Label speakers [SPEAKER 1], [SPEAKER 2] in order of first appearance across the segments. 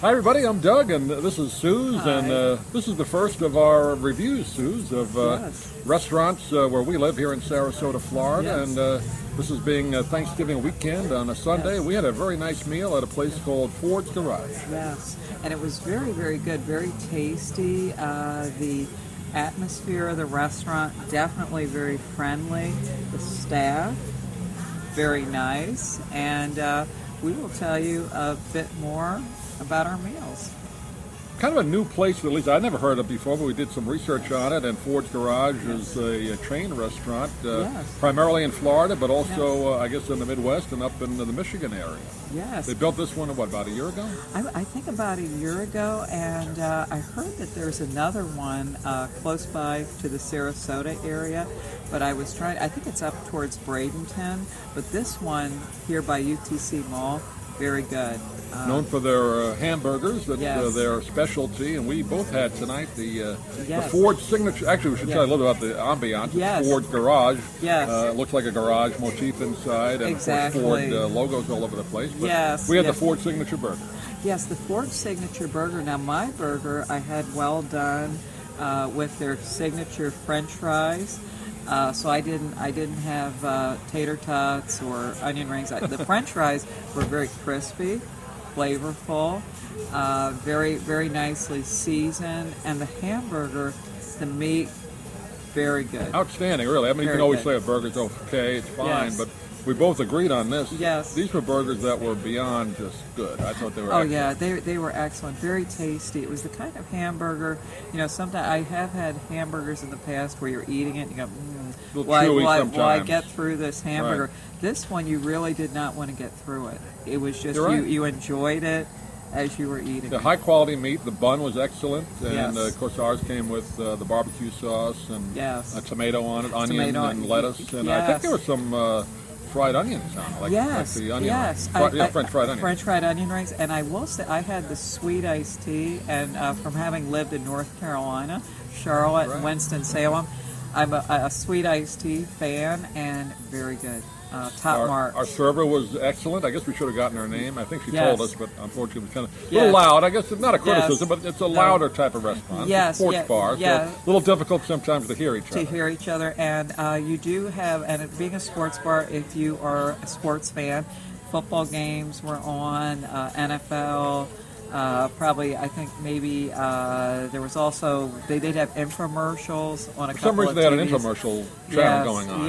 [SPEAKER 1] Hi, everybody. I'm Doug, and this is Suze, and uh, this is the first of our reviews, Suze, of uh,
[SPEAKER 2] Yes.
[SPEAKER 1] restaurants uh, where we live here in Sarasota, Florida.
[SPEAKER 2] Yes.
[SPEAKER 1] And uh, this is being uh, Thanksgiving weekend on a Sunday.
[SPEAKER 2] Yes.
[SPEAKER 1] We had a very nice meal at a place called Ford's Garage.
[SPEAKER 2] Yes, and it was very, very good, very tasty. Uh, the atmosphere of the restaurant definitely very friendly. The staff very nice, and uh, we will tell you a bit more about our meals.
[SPEAKER 1] Kind of a new place, at least I never heard of before, but we did some research on it. And Ford's Garage is a, a chain restaurant, uh,
[SPEAKER 2] Yes.
[SPEAKER 1] primarily in Florida, but also, uh, I guess, in the Midwest and up in the Michigan area.
[SPEAKER 2] Yes,
[SPEAKER 1] They built this one, what, about a year ago?
[SPEAKER 2] I, I think about a year ago, and uh, I heard that there's another one uh, close by to the Sarasota area, but I was trying, I think it's up towards Bradenton, but this one here by UTC Mall, very good. Uh,
[SPEAKER 1] Known for their uh, hamburgers, that's uh,
[SPEAKER 2] Yes.
[SPEAKER 1] their specialty, and we both had tonight the, uh,
[SPEAKER 2] Yes.
[SPEAKER 1] the Ford signature. Actually, we should
[SPEAKER 2] Yes.
[SPEAKER 1] tell you a little about the ambiance. It's
[SPEAKER 2] Yes.
[SPEAKER 1] Ford Garage.
[SPEAKER 2] Yes.
[SPEAKER 1] Uh, it looks like a garage motif inside, and
[SPEAKER 2] Exactly.
[SPEAKER 1] of course Ford uh, logos all over the place. But
[SPEAKER 2] Yes,
[SPEAKER 1] We had
[SPEAKER 2] yes.
[SPEAKER 1] the Ford signature burger.
[SPEAKER 2] yes, the Ford Signature Burger. Now, my burger I had well done uh, with their signature French fries. Uh, so I didn't. I didn't have uh, tater tots or onion rings. I, the French fries were very crispy, flavorful, uh, very very nicely seasoned, and the hamburger, the meat, very good.
[SPEAKER 1] Outstanding, really. I mean, you
[SPEAKER 2] Very
[SPEAKER 1] can always
[SPEAKER 2] good.
[SPEAKER 1] say a burger's okay, it's fine,
[SPEAKER 2] Yes.
[SPEAKER 1] but we both agreed on this.
[SPEAKER 2] Yes.
[SPEAKER 1] These were burgers that were beyond just good. I thought they were
[SPEAKER 2] Oh
[SPEAKER 1] excellent.
[SPEAKER 2] yeah, they, they were excellent, very tasty. It was the kind of hamburger, you know. Sometimes I have had hamburgers in the past where you're eating it and you go, mm,
[SPEAKER 1] Little
[SPEAKER 2] why,
[SPEAKER 1] chewy
[SPEAKER 2] why, why
[SPEAKER 1] sometimes."
[SPEAKER 2] get through this hamburger? This one you really did not want to get through it. It was just
[SPEAKER 1] You're right.
[SPEAKER 2] you, you enjoyed it as you were eating.
[SPEAKER 1] The
[SPEAKER 2] it.
[SPEAKER 1] high quality meat, the bun was excellent, and
[SPEAKER 2] Yes.
[SPEAKER 1] uh, of course ours came with uh, the barbecue sauce and
[SPEAKER 2] Yes.
[SPEAKER 1] a tomato on it, onions
[SPEAKER 2] Tomato
[SPEAKER 1] and
[SPEAKER 2] on-
[SPEAKER 1] lettuce, and I think
[SPEAKER 2] Yes.
[SPEAKER 1] there were some uh, fried onions on it, like,
[SPEAKER 2] yes,
[SPEAKER 1] like the onion,
[SPEAKER 2] yes,
[SPEAKER 1] fri- yeah, French fried onions.
[SPEAKER 2] French fried onion rings, and I will say I had the sweet iced tea, and uh, from having lived in North Carolina, Charlotte,
[SPEAKER 1] Right.
[SPEAKER 2] and Winston Salem, I'm a, a sweet iced tea fan, and very good. Uh, top
[SPEAKER 1] Our,
[SPEAKER 2] mark.
[SPEAKER 1] our server was excellent. I guess we should have gotten her name. I think she
[SPEAKER 2] Yes.
[SPEAKER 1] told us, but unfortunately, it was kind of a
[SPEAKER 2] Yes.
[SPEAKER 1] little loud. I guess it's not a criticism,
[SPEAKER 2] Yes.
[SPEAKER 1] but it's a louder type of restaurant. It's a
[SPEAKER 2] Yes,
[SPEAKER 1] sports
[SPEAKER 2] yeah,
[SPEAKER 1] bar, so
[SPEAKER 2] yeah.
[SPEAKER 1] a little difficult sometimes to hear each
[SPEAKER 2] to
[SPEAKER 1] other.
[SPEAKER 2] hear each other. And uh, you do have, and it being a sports bar, if you are a sports fan, football games were on, uh, NFL. Uh, probably, I think maybe uh, there was also they did have infomercials on a
[SPEAKER 1] For
[SPEAKER 2] couple
[SPEAKER 1] some reason,
[SPEAKER 2] of
[SPEAKER 1] they had an
[SPEAKER 2] TVs.
[SPEAKER 1] infomercial channel
[SPEAKER 2] Yes,
[SPEAKER 1] going on.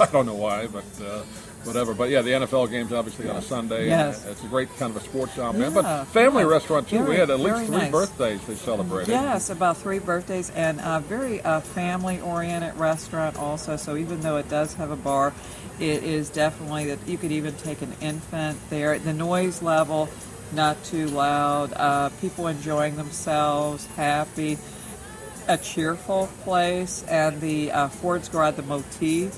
[SPEAKER 1] I don't know why, but uh, whatever. But yeah, the NFL game's obviously on a Sunday.
[SPEAKER 2] Yes.
[SPEAKER 1] It's a great kind of a sports ambiance.
[SPEAKER 2] Yeah.
[SPEAKER 1] But family restaurant, too. we
[SPEAKER 2] Very-
[SPEAKER 1] had at least
[SPEAKER 2] very
[SPEAKER 1] three
[SPEAKER 2] nice.
[SPEAKER 1] birthdays they celebrated.
[SPEAKER 2] yes, about three birthdays and a very uh, family-oriented restaurant also. So even though it does have a bar, it is definitely that you could even take an infant there. The noise level, not too loud. Uh, people enjoying themselves, happy. a cheerful place, and the uh, Ford's Garage, the motif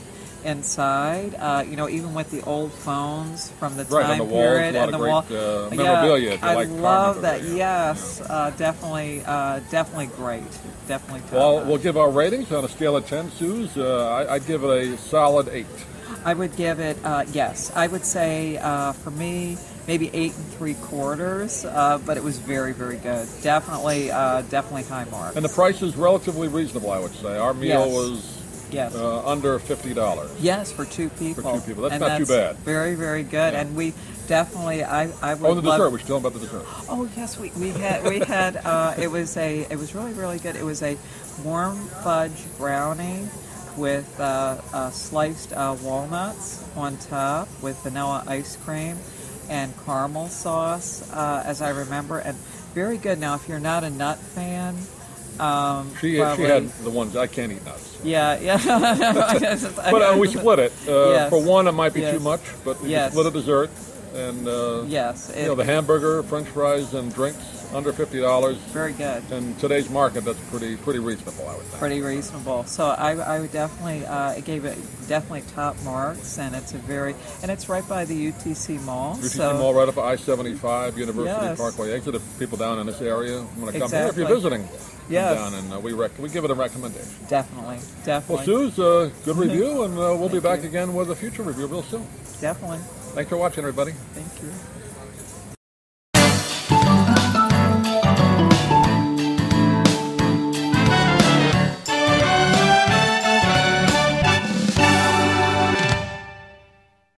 [SPEAKER 2] inside. Uh, you know, even with the old phones from the
[SPEAKER 1] Right, on
[SPEAKER 2] time
[SPEAKER 1] the walls,
[SPEAKER 2] period
[SPEAKER 1] a lot
[SPEAKER 2] and
[SPEAKER 1] of
[SPEAKER 2] the
[SPEAKER 1] great,
[SPEAKER 2] wall.
[SPEAKER 1] uh, memorabilia, if you
[SPEAKER 2] I
[SPEAKER 1] like car
[SPEAKER 2] love that.
[SPEAKER 1] memorabilia, yeah.
[SPEAKER 2] Yes, uh, definitely, uh, definitely great. Definitely. top
[SPEAKER 1] Well,
[SPEAKER 2] notch.
[SPEAKER 1] we'll give our ratings on a scale of 10, Suze. Uh, I, I'd give it a solid 8.
[SPEAKER 2] I would give it, uh, yes, I would say uh, for me, maybe eight and three quarters, uh, but it was very, very good. Definitely, uh, definitely high mark.
[SPEAKER 1] And the price is relatively reasonable, I would say. Our meal
[SPEAKER 2] Yes.
[SPEAKER 1] was
[SPEAKER 2] yes.
[SPEAKER 1] uh, under $50.
[SPEAKER 2] Yes, for two people.
[SPEAKER 1] two people. That's
[SPEAKER 2] and
[SPEAKER 1] not too
[SPEAKER 2] that's
[SPEAKER 1] bad.
[SPEAKER 2] Very, very good. And we definitely, I, I would
[SPEAKER 1] Oh, and the
[SPEAKER 2] love-
[SPEAKER 1] dessert. We should tell them about the dessert.
[SPEAKER 2] Oh yes, we, we had we had uh, it was a it was really really good. It was a warm fudge brownie with uh, uh, sliced uh, walnuts on top with vanilla ice cream and caramel sauce, uh, as I remember, and very good. Now, if you're not a nut fan, um,
[SPEAKER 1] She, she
[SPEAKER 2] probably-
[SPEAKER 1] had the ones I can't eat nuts.
[SPEAKER 2] yeah yeah.
[SPEAKER 1] But uh, we split it. Uh,
[SPEAKER 2] Yes.
[SPEAKER 1] For one, it might be too
[SPEAKER 2] Yes.
[SPEAKER 1] much, but we
[SPEAKER 2] Yes.
[SPEAKER 1] split a dessert and uh,
[SPEAKER 2] Yes,
[SPEAKER 1] you know
[SPEAKER 2] it-
[SPEAKER 1] the hamburger, French fries, and drinks. under fifty dollars.
[SPEAKER 2] Very good.
[SPEAKER 1] In today's market, that's pretty pretty reasonable, I would think.
[SPEAKER 2] pretty reasonable. So I, I would definitely uh, it gave it definitely top marks, and it's a very and it's right by the UTC Mall.
[SPEAKER 1] UTC
[SPEAKER 2] so
[SPEAKER 1] Mall right up I seventy five University
[SPEAKER 2] Yes.
[SPEAKER 1] Parkway exit. If people down in this area want to come here, if
[SPEAKER 2] Exactly.
[SPEAKER 1] you're visiting,
[SPEAKER 2] Yes.
[SPEAKER 1] come down and uh, we rec- we give it a recommendation.
[SPEAKER 2] definitely,
[SPEAKER 1] Well,
[SPEAKER 2] definitely,
[SPEAKER 1] Sue's uh, good review, and uh, we'll be
[SPEAKER 2] Thank
[SPEAKER 1] back
[SPEAKER 2] you.
[SPEAKER 1] again with a future review real soon.
[SPEAKER 2] definitely.
[SPEAKER 1] Thanks for watching, everybody.
[SPEAKER 2] Thank you.